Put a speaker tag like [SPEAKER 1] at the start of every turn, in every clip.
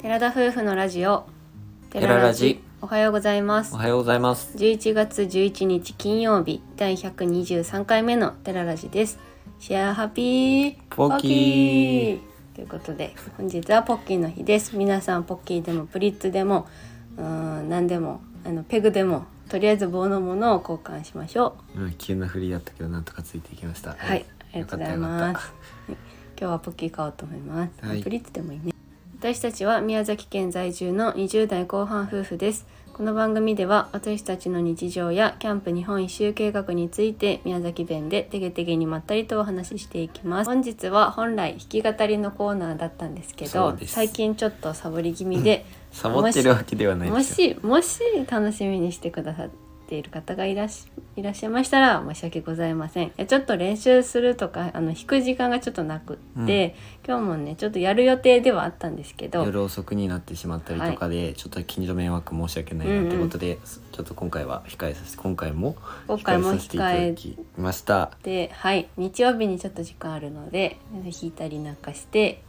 [SPEAKER 1] 寺田夫婦のラジオ
[SPEAKER 2] テララジ
[SPEAKER 1] おはようございます
[SPEAKER 2] おはようございます。
[SPEAKER 1] 11月11日金曜日第123回目のテララジですシェアハピー
[SPEAKER 2] ポッキー
[SPEAKER 1] ということで本日はポッキーの日です皆さんポッキーでもプリッツでもうーん何でもあのペグでもとりあえず棒のものを交換しましょ
[SPEAKER 2] うん、急な振りだったけど、なんとかついていきました。
[SPEAKER 1] うはいありがとうござい
[SPEAKER 2] よ
[SPEAKER 1] ま
[SPEAKER 2] かっ
[SPEAKER 1] す今日はポッキー買おうと思います、
[SPEAKER 2] はい
[SPEAKER 1] プリッツでもいいね私たちは宮崎県在住の20代後半夫婦ですこの番組では私たちの日常やキャンプ日本一周計画について宮崎弁でてげてげにまったりとお話ししていきます本日は本来弾き語りのコーナーだったんですけ
[SPEAKER 2] そ
[SPEAKER 1] ど
[SPEAKER 2] うです
[SPEAKER 1] 最近ちょっとサボり気味で
[SPEAKER 2] サボってるわけではない
[SPEAKER 1] も
[SPEAKER 2] ですよ。
[SPEAKER 1] しもし楽しみにしてくださっている方がいらっしいらっしゃいましたら申し訳ございませんいやちょっと練習するとかあの弾く時間がちょっとなくって、今日もねちょっとやる予定ではあったんですけど
[SPEAKER 2] 夜遅くになってしまったりとかで、ちょっと近所迷惑申し訳ないなってことで、ちょっと今回は控えさせて今回も
[SPEAKER 1] 今回も
[SPEAKER 2] させていただ
[SPEAKER 1] 控
[SPEAKER 2] きました。
[SPEAKER 1] えてはい日曜日にちょっと時間あるので弾いたりなんかして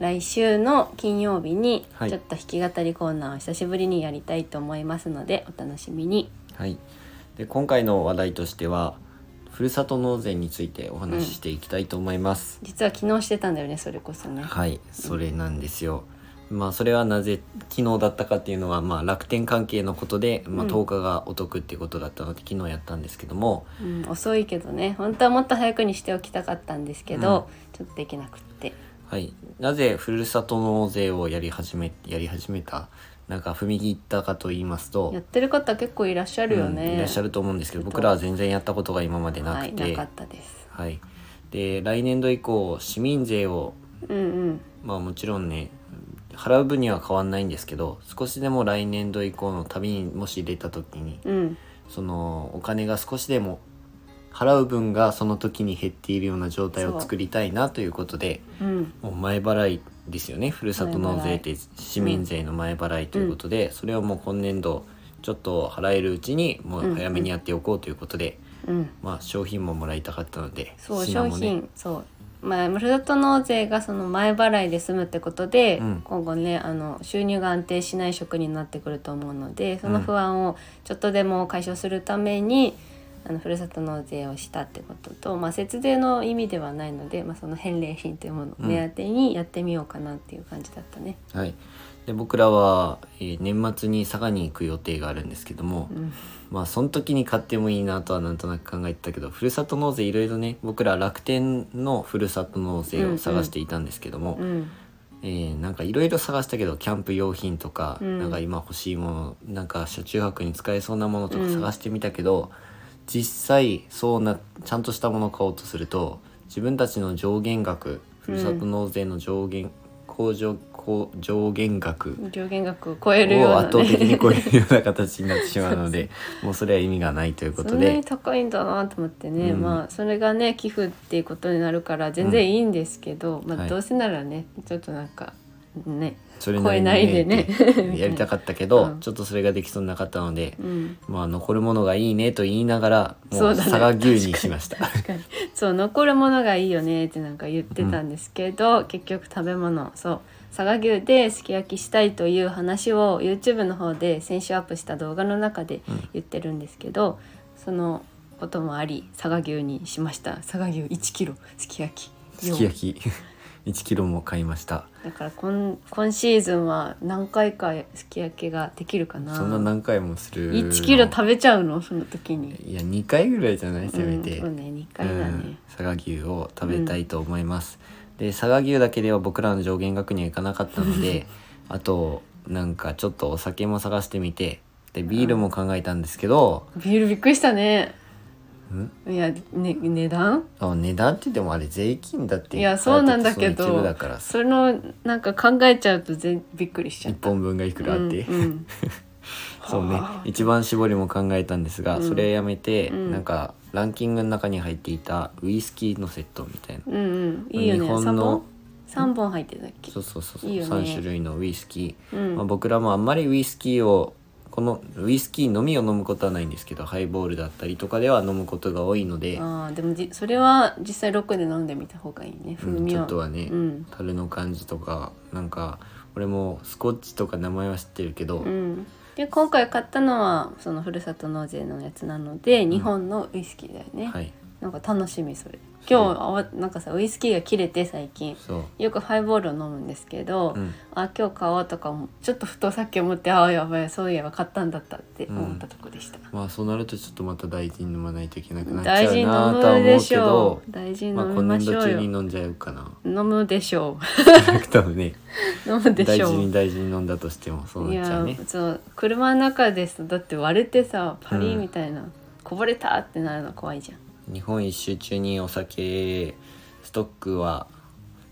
[SPEAKER 1] 来週の金曜日に
[SPEAKER 2] はい
[SPEAKER 1] ちょっと弾き語りコーナーを久しぶりにやりたいと思いますのでお楽しみに。
[SPEAKER 2] はい。で今回の話題としては、ふるさと納税についてお話ししていきたいと思います。
[SPEAKER 1] 実は昨日してたんだよねそれこそね。
[SPEAKER 2] はい、それなんですよ。まあそれはなぜ昨日だったかっていうのは、まあ、楽天関係のことで、まあ、
[SPEAKER 1] うん
[SPEAKER 2] 10日がお得っていうことだったので、昨日やったんですけども
[SPEAKER 1] うん、遅いけどね本当はもっと早くにしておきたかったんですけど、ちょっとできなくって
[SPEAKER 2] はい、なぜふるさと納税をやり始めやり始めたなんか踏み切ったかと言いますと
[SPEAKER 1] やってる方結構いらっしゃるよね、
[SPEAKER 2] うんいらっしゃると思うんですけど僕らは全然やったことが今までな
[SPEAKER 1] は
[SPEAKER 2] く
[SPEAKER 1] い
[SPEAKER 2] て、
[SPEAKER 1] な
[SPEAKER 2] は
[SPEAKER 1] か
[SPEAKER 2] い
[SPEAKER 1] ったです
[SPEAKER 2] で来年度以降市民税を
[SPEAKER 1] うんうん
[SPEAKER 2] まあもちろんね払う分には変わんないんですけど少しでも来年度以降の旅にもし出た時に
[SPEAKER 1] うん
[SPEAKER 2] そのお金が少しでも払う分がその時に減っているような状態を作りたいなということで
[SPEAKER 1] うん
[SPEAKER 2] もう前払いですよねふるさと納税って市民税の前払いということで、それをもう今年度ちょっと払えるうちにもう早めにやっておこうということで、
[SPEAKER 1] うん
[SPEAKER 2] まあ商品ももらいたかったので
[SPEAKER 1] そう
[SPEAKER 2] 品
[SPEAKER 1] 商
[SPEAKER 2] もね
[SPEAKER 1] 品、そうまあふるさと納税がその前払いで済むってことで、
[SPEAKER 2] うん
[SPEAKER 1] 今後ねあの収入が安定しない職になってくると思うのでその不安をちょっとでも解消するために、あのふるさと納税をしたってことと、まあ、節税の意味ではないので、まあ、その返礼品というものを目当てにやってみようかなっていう感じだったね。
[SPEAKER 2] はい、で僕らは、えー年末に佐賀に行く予定があるんですけども、
[SPEAKER 1] うん
[SPEAKER 2] まあその時に買ってもいいなとはなんとなく考えてたけどふるさと納税いろいろね僕ら楽天のふるさと納税を探していたんですけども、
[SPEAKER 1] うん
[SPEAKER 2] えーなんかいろいろ探したけどキャンプ用品とか、
[SPEAKER 1] うん
[SPEAKER 2] なんか今欲しいものなんか車中泊に使えそうなものとか探してみたけど、実際そうなちゃんとしたものを買おうとすると自分たちの上限額ふるさと納税の上限、控除控上限額
[SPEAKER 1] 上限額を超えるよう
[SPEAKER 2] を
[SPEAKER 1] な、ね、
[SPEAKER 2] 圧倒的に超えるような形になってしまうのでもう それは意味がないということ
[SPEAKER 1] そんな
[SPEAKER 2] で
[SPEAKER 1] に高いんだなと思ってね、
[SPEAKER 2] うん
[SPEAKER 1] まあそれがね寄付っていうことになるから全然いいんですけど、ま
[SPEAKER 2] は
[SPEAKER 1] あ
[SPEAKER 2] い
[SPEAKER 1] どうせならねちょっとなんかね
[SPEAKER 2] それ
[SPEAKER 1] 超えないでね
[SPEAKER 2] なりにねやりたかったけ ど、
[SPEAKER 1] うん
[SPEAKER 2] ちょっとそれができそうになかったので、
[SPEAKER 1] うん
[SPEAKER 2] まあ残るものがいいねと言いながらも
[SPEAKER 1] そう
[SPEAKER 2] う
[SPEAKER 1] だね
[SPEAKER 2] 佐賀牛にしました、
[SPEAKER 1] そう残るものがいいよねってなんか言ってたんですけど、結局食べ物そう佐賀牛ですき焼きしたいという話を YouTube の方で先週アップした動画の中で言ってるんですけど、そのこともあり佐賀牛にしました佐賀牛1キロすき焼き
[SPEAKER 2] すき焼き1キロも買いました
[SPEAKER 1] だから今今シーズンは何回かすき焼きができるかな
[SPEAKER 2] そんな何回もする
[SPEAKER 1] 1キロ食べちゃうのその時に
[SPEAKER 2] いや2回ぐらいじゃないせめ
[SPEAKER 1] う
[SPEAKER 2] て、
[SPEAKER 1] ん、そうね2回だね、
[SPEAKER 2] うん、佐賀牛を食べたいと思います、で佐賀牛だけでは僕らの上限額にはいかなかったので あとなんかちょっとお酒も探してみてでビールも考えたんですけど、
[SPEAKER 1] ビールびっくりしたね
[SPEAKER 2] うん
[SPEAKER 1] いや、ね、値段
[SPEAKER 2] あ値段って言ってもあれ税金だって
[SPEAKER 1] いやそうなんだけ
[SPEAKER 2] その一部
[SPEAKER 1] ど
[SPEAKER 2] だから
[SPEAKER 1] そのなんか考えちゃうと全びっくりしちゃ
[SPEAKER 2] 1
[SPEAKER 1] った
[SPEAKER 2] 本分がいくらあって、
[SPEAKER 1] うんうん
[SPEAKER 2] そうね
[SPEAKER 1] はあ
[SPEAKER 2] 一番絞りも考えたんですが、
[SPEAKER 1] うん
[SPEAKER 2] それやめて、
[SPEAKER 1] うん
[SPEAKER 2] なんかランキングの中に入っていたウイスキーのセットみたいな、
[SPEAKER 1] うんうん いいよね
[SPEAKER 2] 日
[SPEAKER 1] 3
[SPEAKER 2] 本
[SPEAKER 1] 本
[SPEAKER 2] の
[SPEAKER 1] 3本入ってたっけ
[SPEAKER 2] そうそうそうそう
[SPEAKER 1] いいよね
[SPEAKER 2] 3種類のウイスキー、
[SPEAKER 1] うん
[SPEAKER 2] まあ、僕らもあんまりウイスキーをこのウイスキーのみを飲むことはないんですけどハイボールだったりとかでは飲むことが多いので、
[SPEAKER 1] あーでもじそれは実際ロックで飲んでみた方がいいね風
[SPEAKER 2] うん
[SPEAKER 1] 味
[SPEAKER 2] ちょ
[SPEAKER 1] は、
[SPEAKER 2] っとはね、
[SPEAKER 1] うん
[SPEAKER 2] 樽の感じとかなんか俺もスコッチとか名前は知ってるけど、
[SPEAKER 1] うん、で今回買ったのはそのふるさと納税のやつなので日本のウイスキーだよね、
[SPEAKER 2] はい
[SPEAKER 1] なんか楽しみそれ今日あわなんかさウイスキーが切れて最近
[SPEAKER 2] そう
[SPEAKER 1] よくハイボールを飲むんですけど、
[SPEAKER 2] うん
[SPEAKER 1] あ今日買おうとかもちょっとふとさっき思ってああやばいそういえば買ったんだったって思ったとこでした、
[SPEAKER 2] まあそうなるとちょっとまた大事に飲まないといけなくなっち
[SPEAKER 1] 大
[SPEAKER 2] ゃ
[SPEAKER 1] 事
[SPEAKER 2] う
[SPEAKER 1] に飲
[SPEAKER 2] なと
[SPEAKER 1] む
[SPEAKER 2] は思
[SPEAKER 1] で
[SPEAKER 2] うけ
[SPEAKER 1] しょ
[SPEAKER 2] ど
[SPEAKER 1] う大事に
[SPEAKER 2] まあ
[SPEAKER 1] 飲み
[SPEAKER 2] 今
[SPEAKER 1] ま
[SPEAKER 2] 年
[SPEAKER 1] し
[SPEAKER 2] 度
[SPEAKER 1] ょう
[SPEAKER 2] 中
[SPEAKER 1] よ、
[SPEAKER 2] に飲んじゃうかな
[SPEAKER 1] 飲むでしょ
[SPEAKER 2] 多分ね
[SPEAKER 1] う 飲むで
[SPEAKER 2] 大
[SPEAKER 1] しょ
[SPEAKER 2] 事
[SPEAKER 1] う
[SPEAKER 2] に大事に飲んだとしてもそう
[SPEAKER 1] い
[SPEAKER 2] なっちゃ
[SPEAKER 1] や
[SPEAKER 2] うね
[SPEAKER 1] そう車の中ですとだって割れてさパリ
[SPEAKER 2] う
[SPEAKER 1] ー
[SPEAKER 2] ん
[SPEAKER 1] みたいな、こぼれたってなるの怖いじゃん
[SPEAKER 2] 日本一周中にお酒ストックは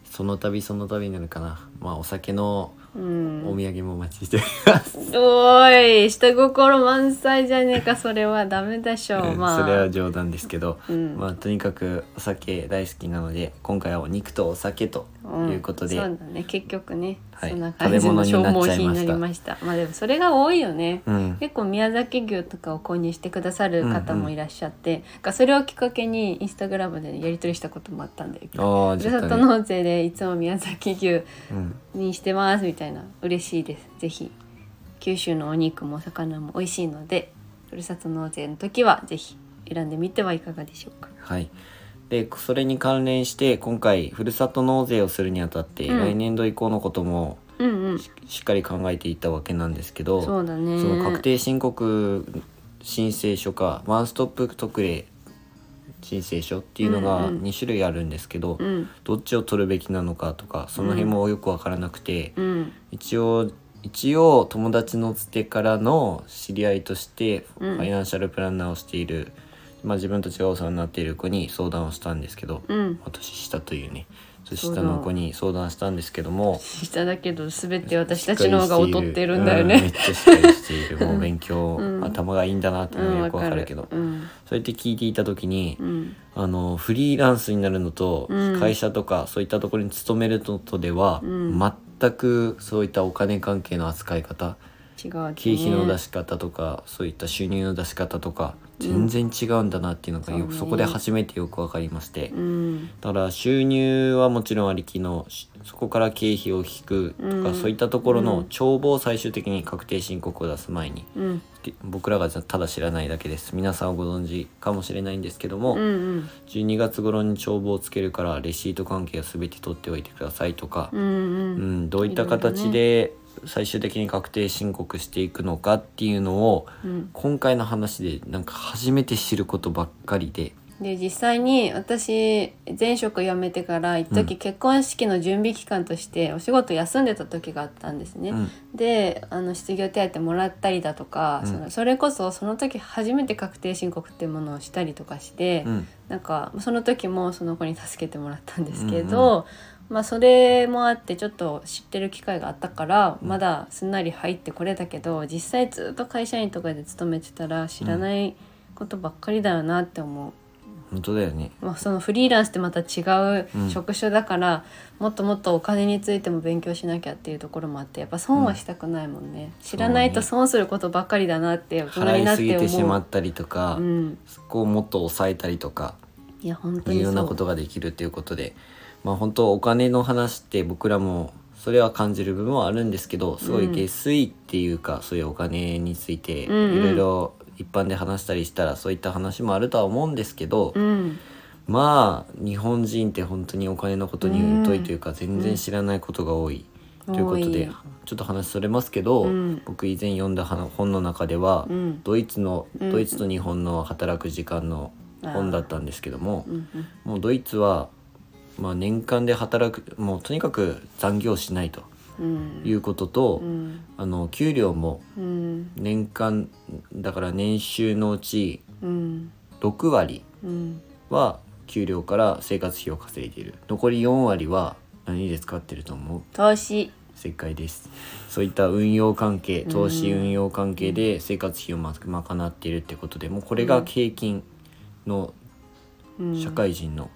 [SPEAKER 2] その度その度になるかなまあお酒の
[SPEAKER 1] うん
[SPEAKER 2] お土産もお待ちしております、
[SPEAKER 1] おーい下心満載じゃねえかそれはダメでしょうまあ
[SPEAKER 2] それは冗談ですけど、
[SPEAKER 1] うん
[SPEAKER 2] まあとにかくお酒大好きなので今回はお肉とお酒と
[SPEAKER 1] ん
[SPEAKER 2] いうこと
[SPEAKER 1] そ
[SPEAKER 2] で、
[SPEAKER 1] うだね結局ね、
[SPEAKER 2] はい
[SPEAKER 1] そんな感じの
[SPEAKER 2] 食べ
[SPEAKER 1] 消耗
[SPEAKER 2] 物になっちゃい
[SPEAKER 1] 品
[SPEAKER 2] ま
[SPEAKER 1] に
[SPEAKER 2] した
[SPEAKER 1] なりましたまあでもそれが多いよね、
[SPEAKER 2] うん
[SPEAKER 1] 結構宮崎牛とかを購入してくださる方もいらっしゃって、がそれをきっかけにインスタグラムでやり取りしたこともあったんだよ
[SPEAKER 2] あー
[SPEAKER 1] ふ
[SPEAKER 2] ち
[SPEAKER 1] る
[SPEAKER 2] ょっ
[SPEAKER 1] さ
[SPEAKER 2] と
[SPEAKER 1] と
[SPEAKER 2] ね
[SPEAKER 1] 納税でいつも宮崎牛
[SPEAKER 2] うん
[SPEAKER 1] にしてますみたいな嬉しいですぜひ九州のお肉もお魚も美味しいのでふるさと納税の時はぜひ選んでみてはいかがでしょうか
[SPEAKER 2] はい。で、それに関連して、今回、ふるさと納税をするにあたって、
[SPEAKER 1] うん
[SPEAKER 2] 来年度以降のことも
[SPEAKER 1] うんうん
[SPEAKER 2] しっかり考えていったわけなんですけど、
[SPEAKER 1] そうだね
[SPEAKER 2] その確定申告申請書か、ワンストップ特例申請書っていうのが
[SPEAKER 1] うんうん
[SPEAKER 2] 2種類あるんですけど、
[SPEAKER 1] うん
[SPEAKER 2] どっちを取るべきなのかとか、その辺もよくわからなくて、
[SPEAKER 1] うん
[SPEAKER 2] 一応一応友達のつてからの知り合いとしてフ
[SPEAKER 1] うん
[SPEAKER 2] ァイナンシャルプランナーをしている、まあ、自分と違うお世話になっている子に相談をしたんですけど、
[SPEAKER 1] うん
[SPEAKER 2] まあ年下というね年
[SPEAKER 1] そうだ
[SPEAKER 2] 下の子に相談したんですけども
[SPEAKER 1] 下だけど全て私たちの方が劣ってるんだよ
[SPEAKER 2] うんめっ
[SPEAKER 1] ね
[SPEAKER 2] ちゃしっかりして いるもう勉強、
[SPEAKER 1] うん
[SPEAKER 2] 頭がいいんだなって
[SPEAKER 1] う
[SPEAKER 2] いうの
[SPEAKER 1] ん
[SPEAKER 2] は
[SPEAKER 1] わ
[SPEAKER 2] よくわ
[SPEAKER 1] か
[SPEAKER 2] か
[SPEAKER 1] る
[SPEAKER 2] るけど、
[SPEAKER 1] うん
[SPEAKER 2] そうやって聞いていた時に
[SPEAKER 1] う、ん
[SPEAKER 2] あのフリーランスになるのと、
[SPEAKER 1] うん
[SPEAKER 2] 会社とかそういったところに勤めるのとでは、
[SPEAKER 1] うん
[SPEAKER 2] 全くそういったお金関係の扱い方
[SPEAKER 1] 違う
[SPEAKER 2] 経費の出
[SPEAKER 1] し
[SPEAKER 2] し方とか、そういった収入の出し方とか
[SPEAKER 1] うん
[SPEAKER 2] 全然違うんだなっていうのがよ
[SPEAKER 1] そ
[SPEAKER 2] く、
[SPEAKER 1] うね
[SPEAKER 2] そこで初めてよく分かりまして、
[SPEAKER 1] うん
[SPEAKER 2] だから収入はもちろんありきのしそこから経費を引くとか、
[SPEAKER 1] うん
[SPEAKER 2] そういったところ
[SPEAKER 1] う
[SPEAKER 2] の
[SPEAKER 1] ん
[SPEAKER 2] 帳簿を最終的に確定申告を出す前に
[SPEAKER 1] うん
[SPEAKER 2] で僕らがただ知らないだけです皆さんはご存知かもしれないんですけども、
[SPEAKER 1] うんうん
[SPEAKER 2] 12月頃に帳簿をつけるからレシート関係は全て取っておいてくださいとか、
[SPEAKER 1] うんうん
[SPEAKER 2] うん、どういった形で最終的に確定申告していくのかっていうのを
[SPEAKER 1] うん
[SPEAKER 2] 今回の話でなんか初めて知ることばっかりで、
[SPEAKER 1] で実際に私前職辞めてから一時結婚式の準備期間としてお仕事休んでた時があったんですね。
[SPEAKER 2] うん
[SPEAKER 1] であの失業手当もらったりだとか、
[SPEAKER 2] うん
[SPEAKER 1] そのそれこそその時初めて確定申告っていうものをしたりとかして、
[SPEAKER 2] うん
[SPEAKER 1] なんかその時もその子に助けてもらったんですけど、まあ、それもあってちょっと知ってる機会があったから
[SPEAKER 2] うん
[SPEAKER 1] まだすんなり入ってこれたけど実際ずっと会社員とかで勤めてたら知らないことばっかりだよなって思う。
[SPEAKER 2] 本当だよね。
[SPEAKER 1] まあ、そのフリーランスってまた違う
[SPEAKER 2] うん
[SPEAKER 1] 職種だから、もっともっとお金についても勉強しなきゃっていうところもあってやっぱ損はしたくないもんね、知らないと損することばっかりだなって大人
[SPEAKER 2] 払
[SPEAKER 1] に
[SPEAKER 2] い
[SPEAKER 1] なっ
[SPEAKER 2] すぎ
[SPEAKER 1] て
[SPEAKER 2] てし
[SPEAKER 1] 思
[SPEAKER 2] ま
[SPEAKER 1] う。
[SPEAKER 2] ったりとか、
[SPEAKER 1] うん、
[SPEAKER 2] そこをもっと抑えたりとか
[SPEAKER 1] いや本当
[SPEAKER 2] い
[SPEAKER 1] に
[SPEAKER 2] ろんなことができるということでまあ本当お金の話って僕らもそれは感じる部分はあるんですけどすごい下水っていうか、そういうお金についてい
[SPEAKER 1] うんうん
[SPEAKER 2] ろいろ一般で話したりしたらそういった話もあるとは思うんですけど、
[SPEAKER 1] うん、
[SPEAKER 2] まあ日本人って本当にお金のことに疎いというか、全然知らないことが多い、
[SPEAKER 1] うん
[SPEAKER 2] ということ
[SPEAKER 1] 多
[SPEAKER 2] で
[SPEAKER 1] い
[SPEAKER 2] ちょっと話それますけど、
[SPEAKER 1] うん
[SPEAKER 2] 僕以前読んだ本の中では、
[SPEAKER 1] うん
[SPEAKER 2] ドイツの
[SPEAKER 1] うん
[SPEAKER 2] ドイツと日本の働く時間の本だったんですけども
[SPEAKER 1] う、んうん
[SPEAKER 2] もうドイツは、まあ、年間で働くもうとにかく残業しないと
[SPEAKER 1] うん
[SPEAKER 2] いうことと、
[SPEAKER 1] うん
[SPEAKER 2] あの給料も
[SPEAKER 1] うん
[SPEAKER 2] 年間だから年収のうち
[SPEAKER 1] うん
[SPEAKER 2] 6割
[SPEAKER 1] うん
[SPEAKER 2] は給料から生活費を稼いでいる残り4割は何で使ってると思う
[SPEAKER 1] 投資
[SPEAKER 2] 正解ですそういった運用関係
[SPEAKER 1] ん
[SPEAKER 2] 投資運用関係で生活費をま賄っているってことでもうこれが景金の
[SPEAKER 1] うん
[SPEAKER 2] 社会人の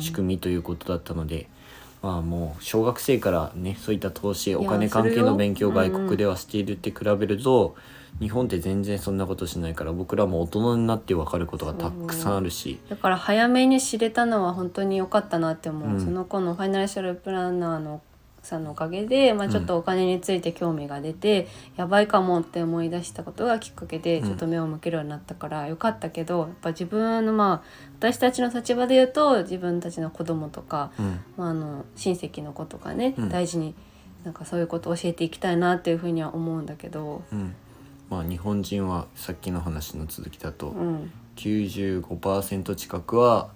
[SPEAKER 2] 仕組みということだったので、まあもう小学生からねそういった投資お金関係の勉強
[SPEAKER 1] するよ
[SPEAKER 2] 外国ではしているって比べると、日本って全然そんなことしないから僕らも大人になって分かることがたくさんあるし。
[SPEAKER 1] だから早めに知れたのは本当に良かったなって思う、
[SPEAKER 2] うん
[SPEAKER 1] その子のファイナンシャルプランナーのさんのおかげで、まあ、ちょっとお金について興味が出て、やばいかもって思い出したことがきっかけで
[SPEAKER 2] うん
[SPEAKER 1] ちょっと目を向けるようになったからよかったけど、やっぱ自分のまあ私たちの立場で言うと自分たちの子供とか、
[SPEAKER 2] うん
[SPEAKER 1] まあ、あの親戚の子とかね、
[SPEAKER 2] うん
[SPEAKER 1] 大事になんかそういうことを教えていきたいなっていうふうには思うんだけど、
[SPEAKER 2] うんまあ日本人はさっきの話の続きだと、
[SPEAKER 1] うん、
[SPEAKER 2] 95%近くは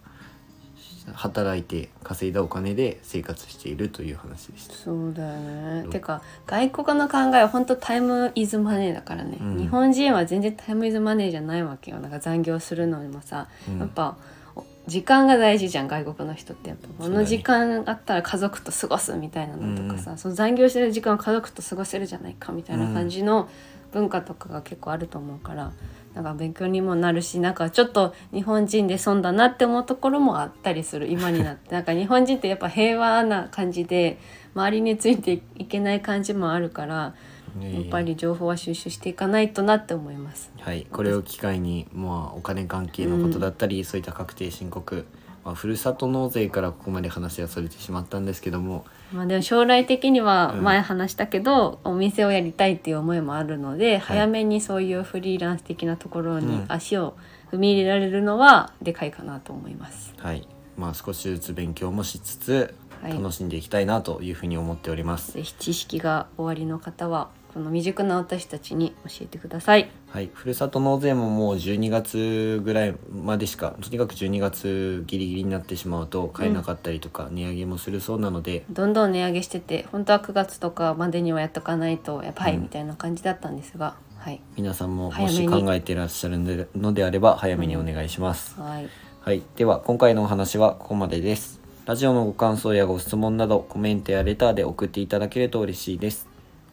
[SPEAKER 2] 働いて稼いだお金で生活しているという話でした。
[SPEAKER 1] そうだよね。てか外国の考えは本当タイムイズマネーだからね、
[SPEAKER 2] うん
[SPEAKER 1] 日本人は全然タイムイズマネーじゃないわけよなんか残業するのにもさ、
[SPEAKER 2] うん
[SPEAKER 1] やっぱお時間が大事じゃん外国の人ってやっぱこ
[SPEAKER 2] そうだ
[SPEAKER 1] の
[SPEAKER 2] ね
[SPEAKER 1] 時間あったら家族と過ごすみたいなのとかさ、
[SPEAKER 2] うん
[SPEAKER 1] その残業してる時間を家族と過ごせるじゃないかみたいな感じの文化とかが結構あると思うから。なんか勉強にもなるしなんかちょっと日本人で損だなって思うところもあったりする今になってなんか日本人ってやっぱ平和な感じで周りについていけない感じもあるからやっぱり情報は収集していかないとなって思います。
[SPEAKER 2] はい、これを機会に、まあ、お金関係のことだったり、そういった確定申告、まあ、ふるさと納税からここまで話はそれてしまったんですけども、
[SPEAKER 1] まあでも将来的には
[SPEAKER 2] うん
[SPEAKER 1] 前話したけど、お店をやりたいっていう思いもあるので、早めにそういうフリーランス的なところ
[SPEAKER 2] う
[SPEAKER 1] に
[SPEAKER 2] ん
[SPEAKER 1] 足を踏み入れられるのはでかいかなと思います。
[SPEAKER 2] はいまあ、少しずつ勉強もしつつ、
[SPEAKER 1] はい
[SPEAKER 2] 楽しんでいきたいなというふうに思っております。
[SPEAKER 1] ぜひ知識が終わりの方はこの未熟な私たちに教えてください。
[SPEAKER 2] はい、ふるさと納税ももう12月ぐらいまでしかとにかく12月ギリギリになってしまうと買えなかったりとか、値上げもするそうなので、
[SPEAKER 1] どんどん値上げしてて本当は9月とかまでにはやっとかないとやばい
[SPEAKER 2] うん
[SPEAKER 1] みたいな感じだったんですが、はい
[SPEAKER 2] 皆さんも
[SPEAKER 1] 早
[SPEAKER 2] も
[SPEAKER 1] めに
[SPEAKER 2] し考えてらっしゃるのでのであれば早めにお願いします。
[SPEAKER 1] はい
[SPEAKER 2] はい、では今回のお話はここまでです。ラジオのご感想やご質問などコメントやレターで送っていただけると嬉しいです。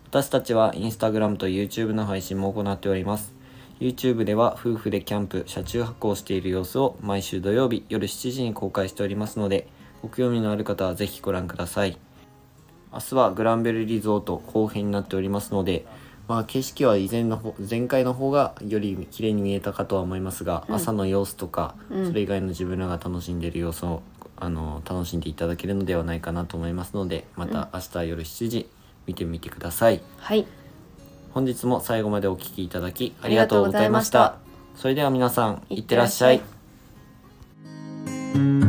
[SPEAKER 2] 私たちはインスタグラムと YouTube の配信も行っております。YouTube では夫婦でキャンプ、車中泊をしている様子を毎週土曜日夜7時に公開しておりますので、ご興味のある方はぜひご覧ください。明日はグランベルリゾート後編になっておりますので、まあ、景色は以前の方前回の方がより綺麗に見えたかとは思いますが、朝の様子とか、それ以外の自分らが楽しんでいる様子をあの楽しんでいただけるのではないかなと思いますのでまた明日夜7時見てみてください、
[SPEAKER 1] はい
[SPEAKER 2] 本日も最後までお聞きいただきありがとうございまし
[SPEAKER 1] ありがと
[SPEAKER 2] たそれでは皆さんいってらっしゃ
[SPEAKER 1] いっ
[SPEAKER 2] い
[SPEAKER 1] てらっしゃい